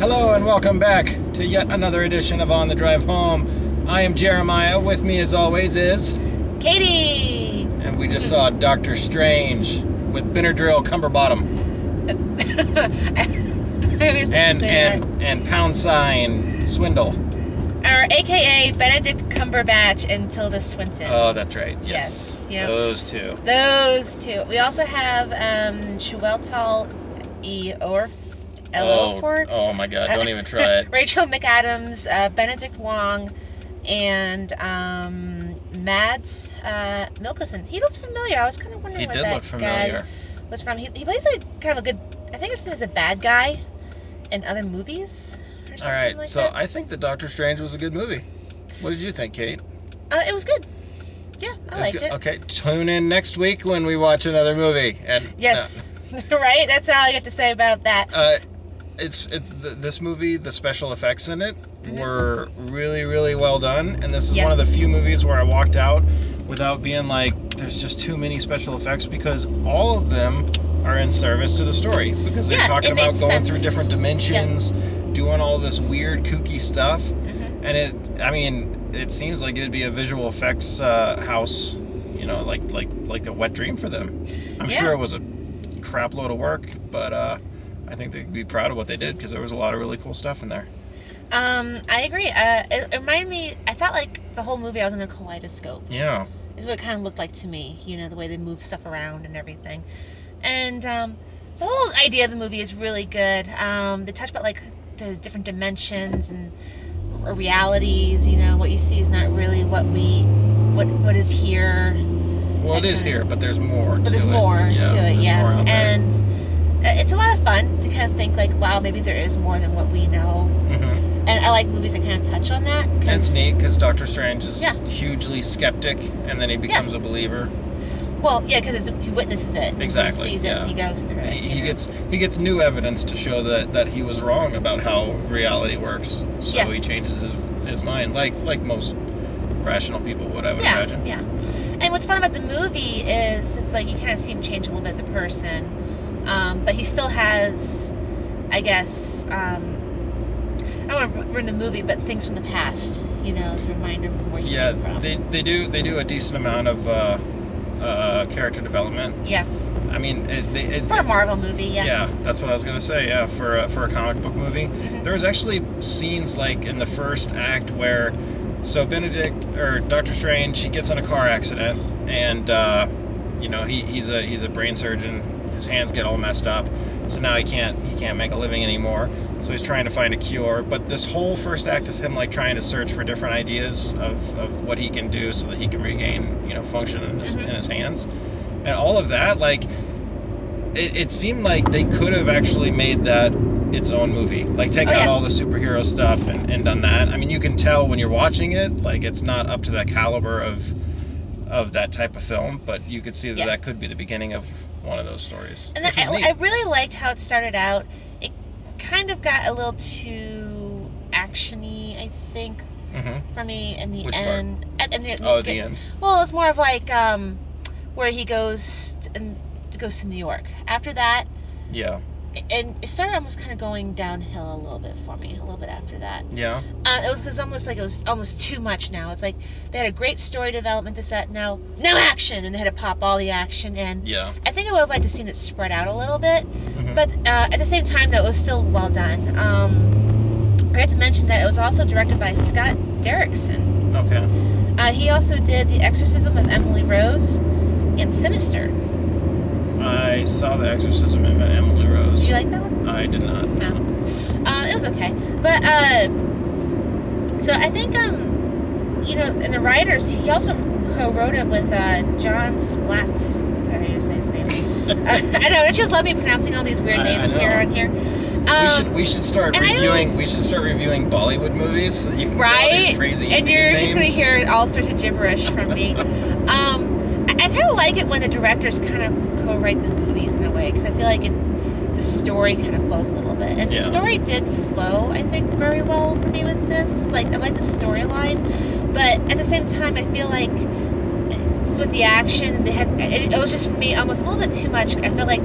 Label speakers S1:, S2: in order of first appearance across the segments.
S1: Hello and welcome back to yet another edition of On the Drive Home. I am Jeremiah. With me, as always, is.
S2: Katie!
S1: And we just saw Doctor Strange with Benadryl Cumberbottom
S2: I always like
S1: and
S2: to say
S1: and and pound sign Swindle.
S2: that. Or AKA Benedict Cumberbatch and Tilda Swinton.
S1: Oh, that's right.
S2: Yes,
S1: Yes.
S2: yep.
S1: Those two.
S2: Those two. We also have um, Chueltal E.
S1: Oh,
S2: Orford,
S1: oh my God! Don't even try it.
S2: Rachel McAdams, uh, Benedict Wong, and um, Mads uh, Mikkelsen. He looked familiar. I was kind of wondering
S1: He
S2: what
S1: did
S2: that
S1: look familiar.
S2: guy was from. He, he plays like kind of a good. I think I just was a bad guy in other movies or something
S1: All right.
S2: like
S1: so
S2: that.
S1: I think the Doctor Strange was a good movie. What did you think, Kate?
S2: Uh, it was good. Yeah, I
S1: was
S2: liked
S1: good.
S2: it.
S1: Okay. Tune in next week when we watch another movie. And
S2: Yes. right? That's all I got to say about that.
S1: no, uh, it's it's th- this movie. The special effects in it were really really well done, and this is one of the
S2: Mm-hmm. Yes.
S1: few movies where I walked out without being like, "There's just too many special effects," because all of them are in service to the story because they're
S2: Yeah,
S1: talking
S2: it
S1: about
S2: made
S1: going through
S2: sense.
S1: different dimensions, doing all this weird kooky stuff,
S2: Mm-hmm.
S1: and it. I mean, it seems like it'd be a visual effects uh, house, you know, like like like a wet dream for them. I'm
S2: Yeah.
S1: sure it was a crap load of work, but uh, I think they could be proud of what they did because there was a lot of really cool stuff in there.
S2: Um, I agree. Uh, it, it reminded me, I thought like the whole movie I was in a kaleidoscope,
S1: Yeah,
S2: is what it kind of looked like to me, you know, the way they move stuff around and everything. And um, the whole idea of the movie is really good. Um, they touch about like those different dimensions and r- realities, you know, what you see is not really what we, what what is here.
S1: well, it
S2: That
S1: is
S2: kinda
S1: here,
S2: s-
S1: but there's more.
S2: but
S1: to
S2: there's
S1: it.
S2: more
S1: yeah,
S2: to it
S1: there's
S2: yeah
S1: more out there.
S2: and uh, it's a lot of fun to kind of think like wow maybe there is more than what we know
S1: Mhm.
S2: and i like movies that kind of touch on that
S1: And it's
S2: 'cause-
S1: neat because Doctor Strange is
S2: Yeah.
S1: hugely skeptic, and then he becomes a believer.
S2: well yeah because he witnesses it
S1: Exactly,
S2: he sees it
S1: yeah.
S2: and he goes through it
S1: He,
S2: you
S1: he
S2: know?
S1: gets he gets new evidence to show that, that he was wrong about how reality works. So
S2: Yeah.
S1: he changes his, his mind, like like most rational people would, I would
S2: yeah
S1: imagine.
S2: yeah and what's fun about the movie is it's like you kind of see him change a little bit as a person um, but he still has i guess um, i don't want to ruin the movie but things from the past you know to remind him from where he
S1: Yeah,
S2: came from
S1: they, they do they do a decent amount of uh, uh, character development.
S2: yeah
S1: I mean, it, they, it,
S2: for a
S1: it's-
S2: marvel movie
S1: Yeah. that's what I was gonna say. Yeah, for a, for a comic book movie, there was actually scenes like in the first act where, so Benedict or Doctor Strange, he gets in a car accident, and uh, you know he, he's a he's a brain surgeon. His hands get all messed up, so now he can't he can't make a living anymore. So he's trying to find a cure. But this whole first act is him like trying to search for different ideas of, of what he can do so that he can regain you know function in his, in his hands, and all of that like it, it seemed like they could have actually made that its own movie like take
S2: Oh,
S1: out
S2: yeah.
S1: all the superhero stuff and, and done that i mean you can tell when you're watching it like it's not up to that caliber of of that type of film but you could see that
S2: Yeah.
S1: that could be the beginning of one of those stories
S2: And
S1: which
S2: then
S1: was neat
S2: I, I really liked how it started out. It kind of got a little too actiony, I think,
S1: Mhm.
S2: for me in the
S1: Which part?
S2: end. At, and it-
S1: Oh, the end.
S2: Well, it was more of like um, where he goes t- and goes to New York. After that,
S1: yeah
S2: and it started almost kind of going downhill a little bit for me. A little bit after that.
S1: yeah
S2: Uh, it was because almost like it was almost too much now. It's like they had a great story development, this, that, now, now action! And they had to pop all the action in.
S1: Yeah.
S2: I think I would have liked to seen it spread out a little bit.
S1: Mm-hmm.
S2: But uh, at the same time, though, it was still well done. Um, I forgot to mention that it was also directed by Scott Derrickson.
S1: okay
S2: Uh, he also did The Exorcism of Emily Rose and Sinister. Do
S1: i saw the exorcism of emily rose
S2: you like that one?
S1: i did not
S2: No. Uh, it was okay. But, uh, so I think, um, you know, and the writers, he also co wrote it with uh, John Splatz. Is that how you say his name? uh, I know, don't you just love me pronouncing all these weird
S1: I- I
S2: names here
S1: know.
S2: on here?
S1: we
S2: Um,
S1: should we should start
S2: and I
S1: reviewing
S2: always-
S1: we should start reviewing bollywood movies so that you can get all
S2: right?
S1: these crazy
S2: and
S1: Indian
S2: you're
S1: names.
S2: just going to hear all sorts of gibberish from me. um, I, I kind of like it when the directors kind of co-write the movies in a way because I feel like it, the story kind of flows a little bit, and
S1: Yeah.
S2: the story did flow, I think, very well for me with this. Like I like the storyline, but at the same time, I feel like eh, with the action, they had it, it was just for me almost a little bit too much. I felt like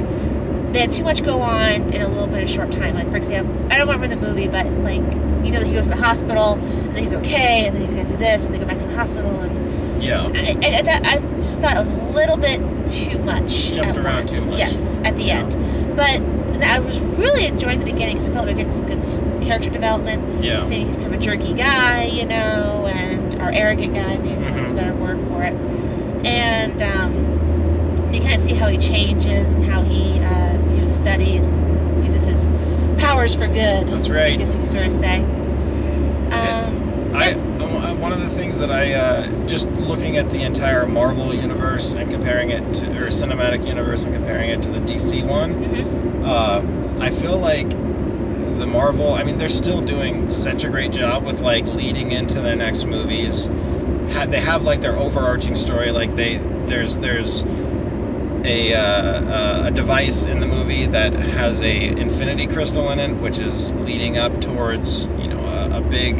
S2: they had too much go on in a little bit of short time. Like for example, I don't remember the movie, but like you know, he goes to the hospital and then he's okay, and then he's gonna do this, and they go back to the hospital, and
S1: Yeah.
S2: I, I, I, thought- I just thought it was a little bit too much.
S1: Jumped
S2: at
S1: around
S2: once.
S1: too much.
S2: Yes, at the
S1: Yeah.
S2: end, but. and I was really enjoying the beginning because I felt like we were getting some good s- character development.
S1: Yeah.
S2: Seeing he's kind of a jerky guy, you know, and or arrogant guy, maybe is a
S1: Mhm.
S2: better word for it. And um, you kind of see how he changes and how he uh, you know, studies and uses his powers for good.
S1: That's right.
S2: I guess you could sort of say. Um,
S1: I I- one of the things that I uh, just looking at the entire Marvel universe and comparing it to or cinematic universe and comparing it to the DC one,
S2: mhm.
S1: uh, I feel like the Marvel. I mean, they're still doing such a great job with like leading into their next movies. Ha- they have like their overarching story. Like they there's there's a, uh, uh, a device in the movie that has a infinity crystal in it, which is leading up towards you know a, a big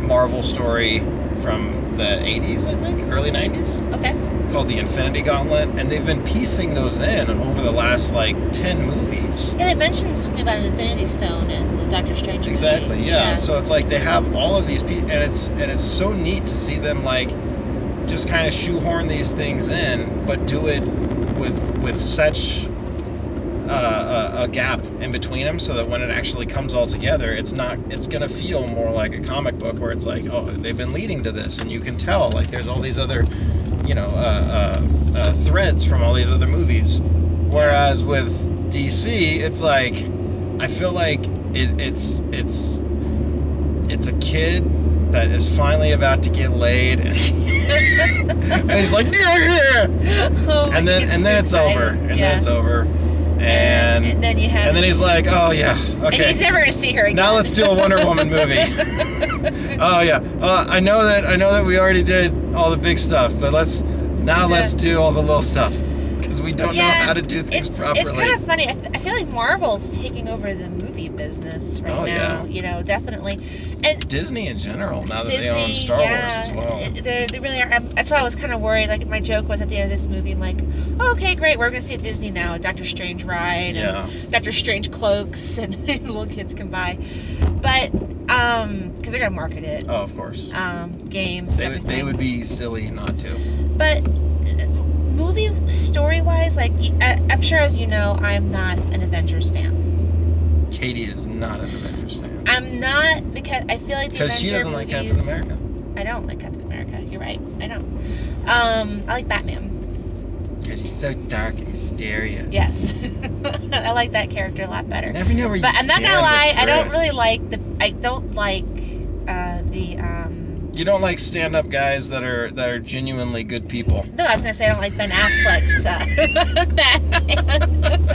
S1: Marvel story from the 80s, I think, early 90s,
S2: Okay.
S1: called the Infinity Gauntlet, and they've been piecing those in over the last like 10 movies.
S2: Yeah, they mentioned something about an Infinity Stone in the Doctor Strange movie.
S1: Exactly. Yeah. So it's like they have all of these, pe- and it's and it's so neat to see them like just kind of shoehorn these things in, but do it with with such uh, a, a gap in between them, so that when it actually comes all together, it's not it's gonna feel more like a comic book where it's like, oh, they've been leading to this, and you can tell like there's all these other, you know, uh, uh, uh, threads from all these other movies. Whereas with DC, it's like I feel like it, it's it's it's a kid that is finally about to get laid, and, he's like, yeah, yeah,
S2: oh, my
S1: and then
S2: goodness,
S1: and then it's
S2: excited.
S1: over, and
S2: yeah.
S1: then it's over,
S2: And,
S1: and
S2: and then you have.
S1: and then he's like, oh yeah, okay.
S2: And he's never going to see her again.
S1: Now let's do a Wonder Woman movie. oh yeah, uh, I know that I know that we already did all the big stuff, but let's now
S2: Yeah.
S1: let's do all the little stuff because we don't know how to do things
S2: it's,
S1: properly.
S2: It's kind of funny. I, f- I feel like Marvel's taking over the movie business right
S1: Oh, yeah.
S2: now. You know, definitely. And
S1: Disney in general, now that
S2: Disney,
S1: they own Star Wars
S2: yeah,
S1: as well.
S2: it- they're, they really are. I'm, that's why I was kind of worried. Like my joke was at the end of this movie, I'm like, oh, okay, great, we're gonna see a Disney now, a Doctor Strange ride,
S1: Yeah.
S2: and Doctor Strange cloaks, and little kids can buy, but um, because they're gonna market it,
S1: Oh, of course.
S2: um, games,
S1: They
S2: and
S1: would
S2: everything.
S1: they would be silly not to.
S2: But uh, movie story wise, like y- I, am sure as you know, I'm not an Avengers fan.
S1: Katie is not an Avengers fan
S2: I'm not because I feel like the
S1: because she
S2: Avenger
S1: doesn't like Captain
S2: movies.
S1: America.
S2: I don't like Captain America. You're right. I don't. Um, I like Batman.
S1: Because he's so dark and mysterious.
S2: Yes, I like that character a lot better.
S1: You never know where you
S2: But I'm not
S1: stand
S2: gonna lie.
S1: with
S2: I don't really
S1: Bruce.
S2: like the. I don't like uh, the. Um,
S1: You don't like stand-up guys that are that are genuinely good people.
S2: no, I was gonna say I don't like Ben Affleck's uh, Batman.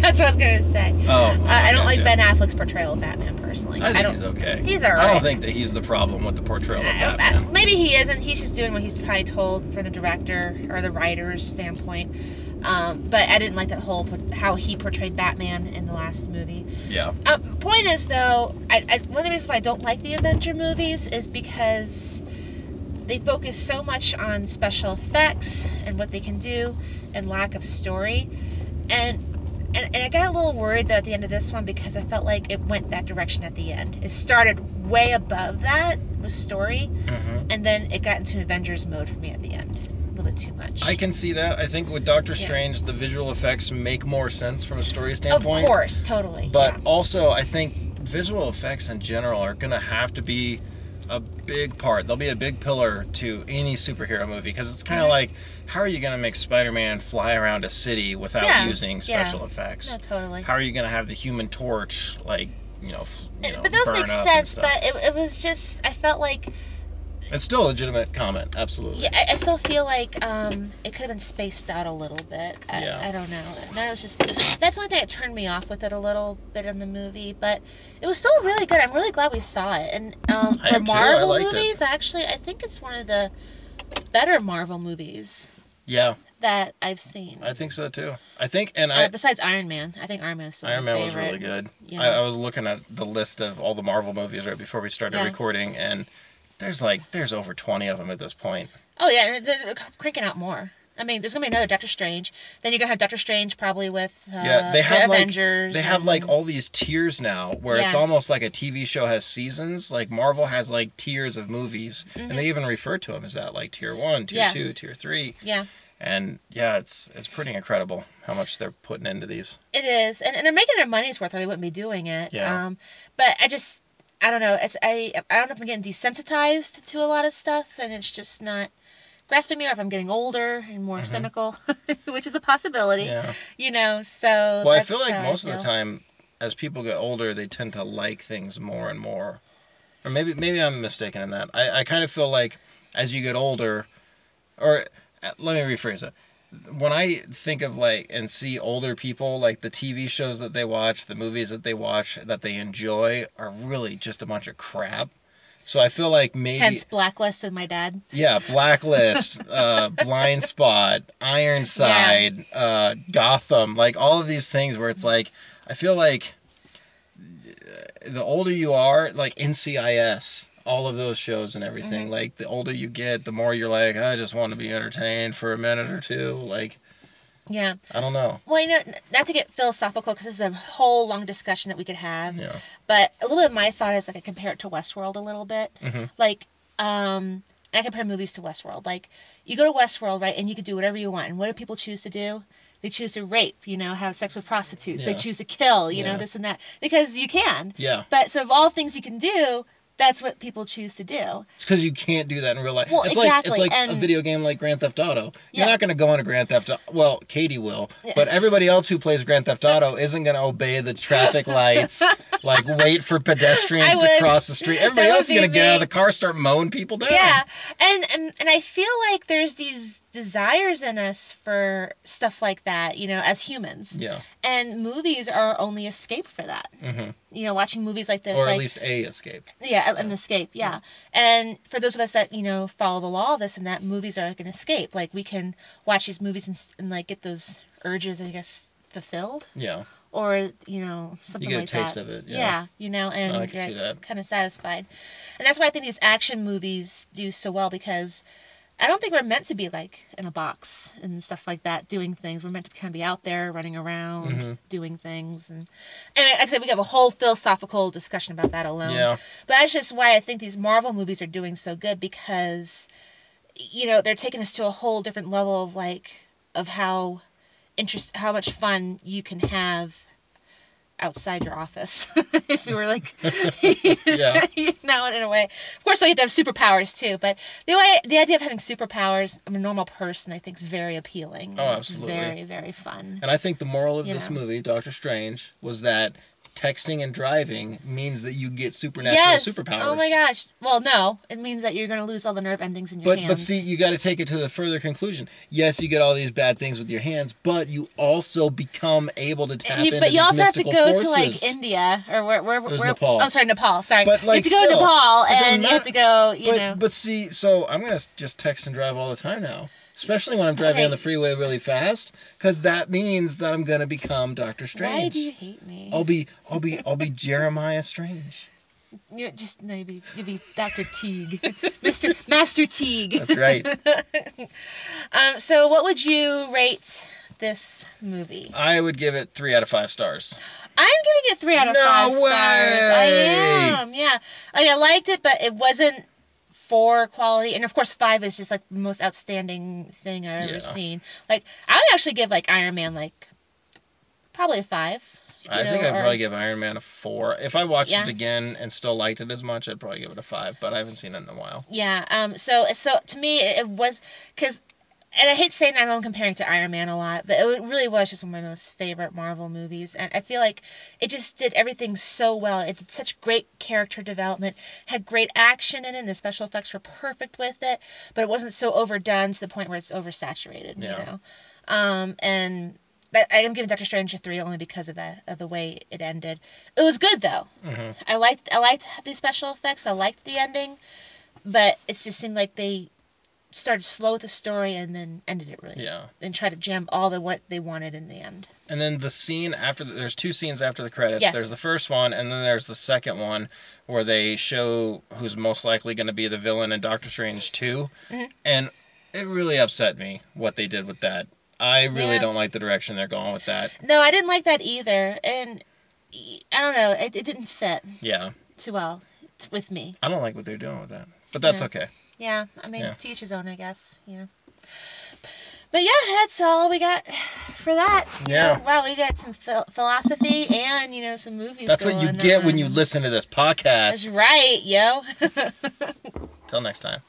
S2: That's what I was gonna say.
S1: Oh,
S2: Uh, I don't like
S1: gotcha.
S2: Ben Affleck's portrayal of Batman personally.
S1: I
S2: I
S1: think
S2: don't.
S1: he's okay.
S2: He's
S1: I don't
S2: alright.
S1: think that he's the problem with the portrayal of
S2: I- I-
S1: Batman.
S2: Uh, maybe he isn't. He's just doing what he's probably told from the director or the writer's standpoint. Um, but I didn't like that whole how he portrayed Batman in the last movie.
S1: Yeah.
S2: Uh, point is though, I, I, one of the reasons why I don't like the Avenger movies is because they focus so much on special effects and what they can do, and lack of story, and. And, and I got a little worried though at the end of this one because I felt like it went that direction at the end. It started way above that with story,
S1: hmm
S2: and then it got into Avengers mode for me at the end. A little bit too much.
S1: I can see that. I think with Doctor
S2: Yeah.
S1: Strange, the visual effects make more sense from a story
S2: Of
S1: standpoint.
S2: course, totally.
S1: But
S2: yeah.
S1: also, I think visual effects in general are going to have to be a big part. They'll be a big pillar to any superhero movie because it's kind of
S2: Mhm.
S1: like, how are you going to make Spider Man fly around a city without
S2: Yeah,
S1: using
S2: yeah.
S1: special effects?
S2: No, totally.
S1: How are you going to have the Human Torch, like, you know, f- you
S2: It-
S1: know,
S2: but those make
S1: burn up and
S2: sense,
S1: stuff?
S2: but it, it was just, I felt like,
S1: It's still a legitimate comment, absolutely.
S2: yeah, I, I still feel like um, it could have been spaced out a little bit. I,
S1: Yeah.
S2: I don't know. That was just, that's the only thing that turned me off with it a little bit in the movie, but it was still really good. I'm really glad we saw it. And um,
S1: I
S2: for
S1: am too. I
S2: Marvel
S1: liked it.
S2: movies, actually, I think it's one of the better Marvel movies
S1: Yeah,
S2: that I've seen.
S1: I think so too. I think, and
S2: Uh,
S1: I
S2: besides Iron Man, I think Iron Man is still
S1: Iron
S2: my
S1: Man was
S2: favorite.
S1: really good. I,
S2: Yeah,
S1: I was looking at the list of all the Marvel movies right before we started
S2: yeah.
S1: recording, and there's like there's over twenty of them at this point.
S2: Oh yeah, and they're they're cranking out more. I mean, there's gonna be another Doctor Strange. Then you're gonna have Doctor Strange probably with uh,
S1: yeah, they have
S2: the
S1: like
S2: Avengers.
S1: they have
S2: and-
S1: like all these tiers now, where it's
S2: Yeah.
S1: almost like a TV show has seasons. Like Marvel has like tiers of movies, and they even refer to them as that, like tier one, tier
S2: Mm-hmm. Yeah.
S1: two, tier three.
S2: yeah.
S1: And yeah, it's it's pretty incredible how much they're putting into these.
S2: It is, and, and they're making their money's worth, or they wouldn't be doing it.
S1: Yeah.
S2: Um, but I just, I don't know. It's I, I don't know if I'm getting desensitized to a lot of stuff, and it's just not grasping me, or if I'm getting older and more cynical, which is a possibility.
S1: Mm-hmm. Yeah.
S2: You know, so
S1: Well, I
S2: that's
S1: feel like
S2: how
S1: most of the
S2: feel.
S1: time, as people get older, they tend to like things more and more. Or maybe maybe I'm mistaken in that. I, I kind of feel like as you get older, or uh, let me rephrase it. When I think of like and see older people, like the TV shows that they watch, the movies that they watch that they enjoy are really just a bunch of crap. So I feel like maybe
S2: Hence, blacklist with my dad.
S1: yeah, Blacklist, uh, Blind Spot, Ironside, uh, Gotham, like all of these things where it's like, I feel like uh, the older you are, like NCIS, all of those shows and everything, like the older you get, the more you're like, I just want to be entertained for a minute or two. Like,
S2: Yeah.
S1: I don't know.
S2: Well, you know, not to get philosophical, because this is a whole long discussion that we could have.
S1: Yeah.
S2: But a little bit of my thought is like I compare it to Westworld a little bit.
S1: Mm-hmm.
S2: Like, um, and I compare movies to Westworld. Like, you go to Westworld, right, and you could do whatever you want. And what do people choose to do? They choose to rape, you know, have sex with prostitutes.
S1: Yeah.
S2: They choose to kill, you
S1: Yeah.
S2: know, this and that, because you can.
S1: Yeah.
S2: But so of all things you can do, that's what people choose to do.
S1: It's because you can't do that in real life.
S2: Well,
S1: it's
S2: exactly,
S1: like it's like a
S2: and-
S1: video game like Grand Theft Auto. You're
S2: Yeah.
S1: not going to go into Grand Theft. Au- Well, Katie will, but everybody else who plays Grand Theft Auto isn't going to obey the traffic lights, like wait for
S2: I
S1: pedestrians to
S2: would.
S1: cross the street. Everybody
S2: That
S1: else is
S2: would
S1: going to
S2: be
S1: get out of
S2: me.
S1: the car, and start mowing people down.
S2: Yeah, and, and and I feel like there's these desires in us for stuff like that, you know, as humans.
S1: Yeah.
S2: And movies are our only escape for that. Mm-hmm. You know, watching movies like this,
S1: Or at
S2: like
S1: least Mm-hmm. a escape.
S2: yeah, an escape, yeah. And for those of us that you know follow the law, this and that, movies are like an escape. Like we can watch these movies and, s- and like get those urges, I guess, fulfilled,
S1: Yeah.
S2: or you know something
S1: get a
S2: like
S1: taste
S2: that.
S1: of it, yeah. Oh,
S2: you know, and
S1: I can
S2: you're
S1: see that.
S2: kind of satisfied. And that's why I think these action movies do so well because I don't think we're meant to be like in a box and stuff like that doing things. We're meant to kind of be out there running around
S1: Mm-hmm.
S2: doing things, and and like I said we could have a whole philosophical discussion about that alone.
S1: Yeah.
S2: But that's just why I think these Marvel movies are doing so good because you know they're taking us to a whole different level of like of how interest how much fun you can have outside your office if you were like
S1: Yeah.
S2: you know in a way of course they have to have superpowers too but the way the idea of having superpowers of a normal person i think is very appealing
S1: Oh,
S2: It's
S1: absolutely.
S2: very very fun
S1: And I think the moral of
S2: You
S1: this
S2: know.
S1: movie, Doctor Strange, was that texting and driving means that you get supernatural superpowers.
S2: oh my gosh well no it means that you're going to lose all the nerve endings in your
S1: But
S2: hands
S1: but see, you got to take it to the further conclusion. Yes, you get all these bad things with your hands, but you also become able to tap
S2: And you,
S1: into
S2: but you
S1: these
S2: also have to
S1: mystical
S2: go
S1: forces.
S2: to like India or where where, where
S1: was Nepal.
S2: I'm sorry, Nepal. Sorry,
S1: But, like,
S2: you have to
S1: still,
S2: go to Nepal
S1: but they're
S2: and you
S1: not-
S2: have to go. You
S1: but
S2: know,
S1: but see, so I'm gonna just text and drive all the time now, especially when I'm driving
S2: Okay.
S1: on the freeway really fast, because that means that I'm gonna become Doctor Strange. Oh.
S2: why do you hate me?
S1: I'll be I'll be I'll be Jeremiah Strange.
S2: You're just no, you'd be, you'd be Dr. Teague, Mister Master Teague.
S1: That's right.
S2: Um, so, what would you rate this movie?
S1: I would give it three out of five stars.
S2: I'm giving it three out of
S1: No
S2: five
S1: way!
S2: stars. I am, yeah. Like I liked it, but it wasn't four quality. And of course, five is just like the most outstanding thing I've ever
S1: Yeah.
S2: seen. Like I would actually give like Iron Man like probably a five. you
S1: I think
S2: know,
S1: I'd
S2: or-
S1: probably give Iron Man a four. If I watched
S2: Yeah.
S1: it again and still liked it as much, I'd probably give it a five. But I haven't seen it in a while.
S2: Yeah. Um. So so to me it, it was because, and I hate saying that I'm comparing to Iron Man a lot, but it really was just one of my most favorite Marvel movies, and I feel like it just did everything so well. It did such great character development, had great action in it, and the special effects were perfect with it, but it wasn't so overdone to the point where it's oversaturated.
S1: Yeah.
S2: You know. Um. And. that- I am giving Doctor Strange a three only because of that of the way it ended. It was good though. I liked I liked the special effects. I liked the ending but it just seemed like they started slow with the story and then ended it really
S1: Yeah.
S2: and tried to jam all the what they wanted in the end
S1: And then the scene after the, there's two scenes after the credits.
S2: Yes.
S1: There's the first one, and then there's the second one
S2: Mm-hmm.
S1: where they show who's most likely going to be the villain in Doctor Strange 2 And it really upset me what they did with that. I really
S2: Yeah.
S1: don't like the direction they're going with that.
S2: No, I didn't like that either, and y- I don't know. It, it didn't fit
S1: Yeah,
S2: too well t- with me.
S1: I don't like what they're doing with that. But that's
S2: Yeah.
S1: okay.
S2: Yeah, I mean,
S1: Yeah.
S2: to each his own, I guess. You know. But yeah, that's all we got for that. You
S1: Yeah.
S2: know, wow, we got some phil- philosophy and you know some movies.
S1: That's what you
S2: going
S1: get when you
S2: on.
S1: listen to this
S2: That's
S1: podcast.
S2: right, yo.
S1: Till next time.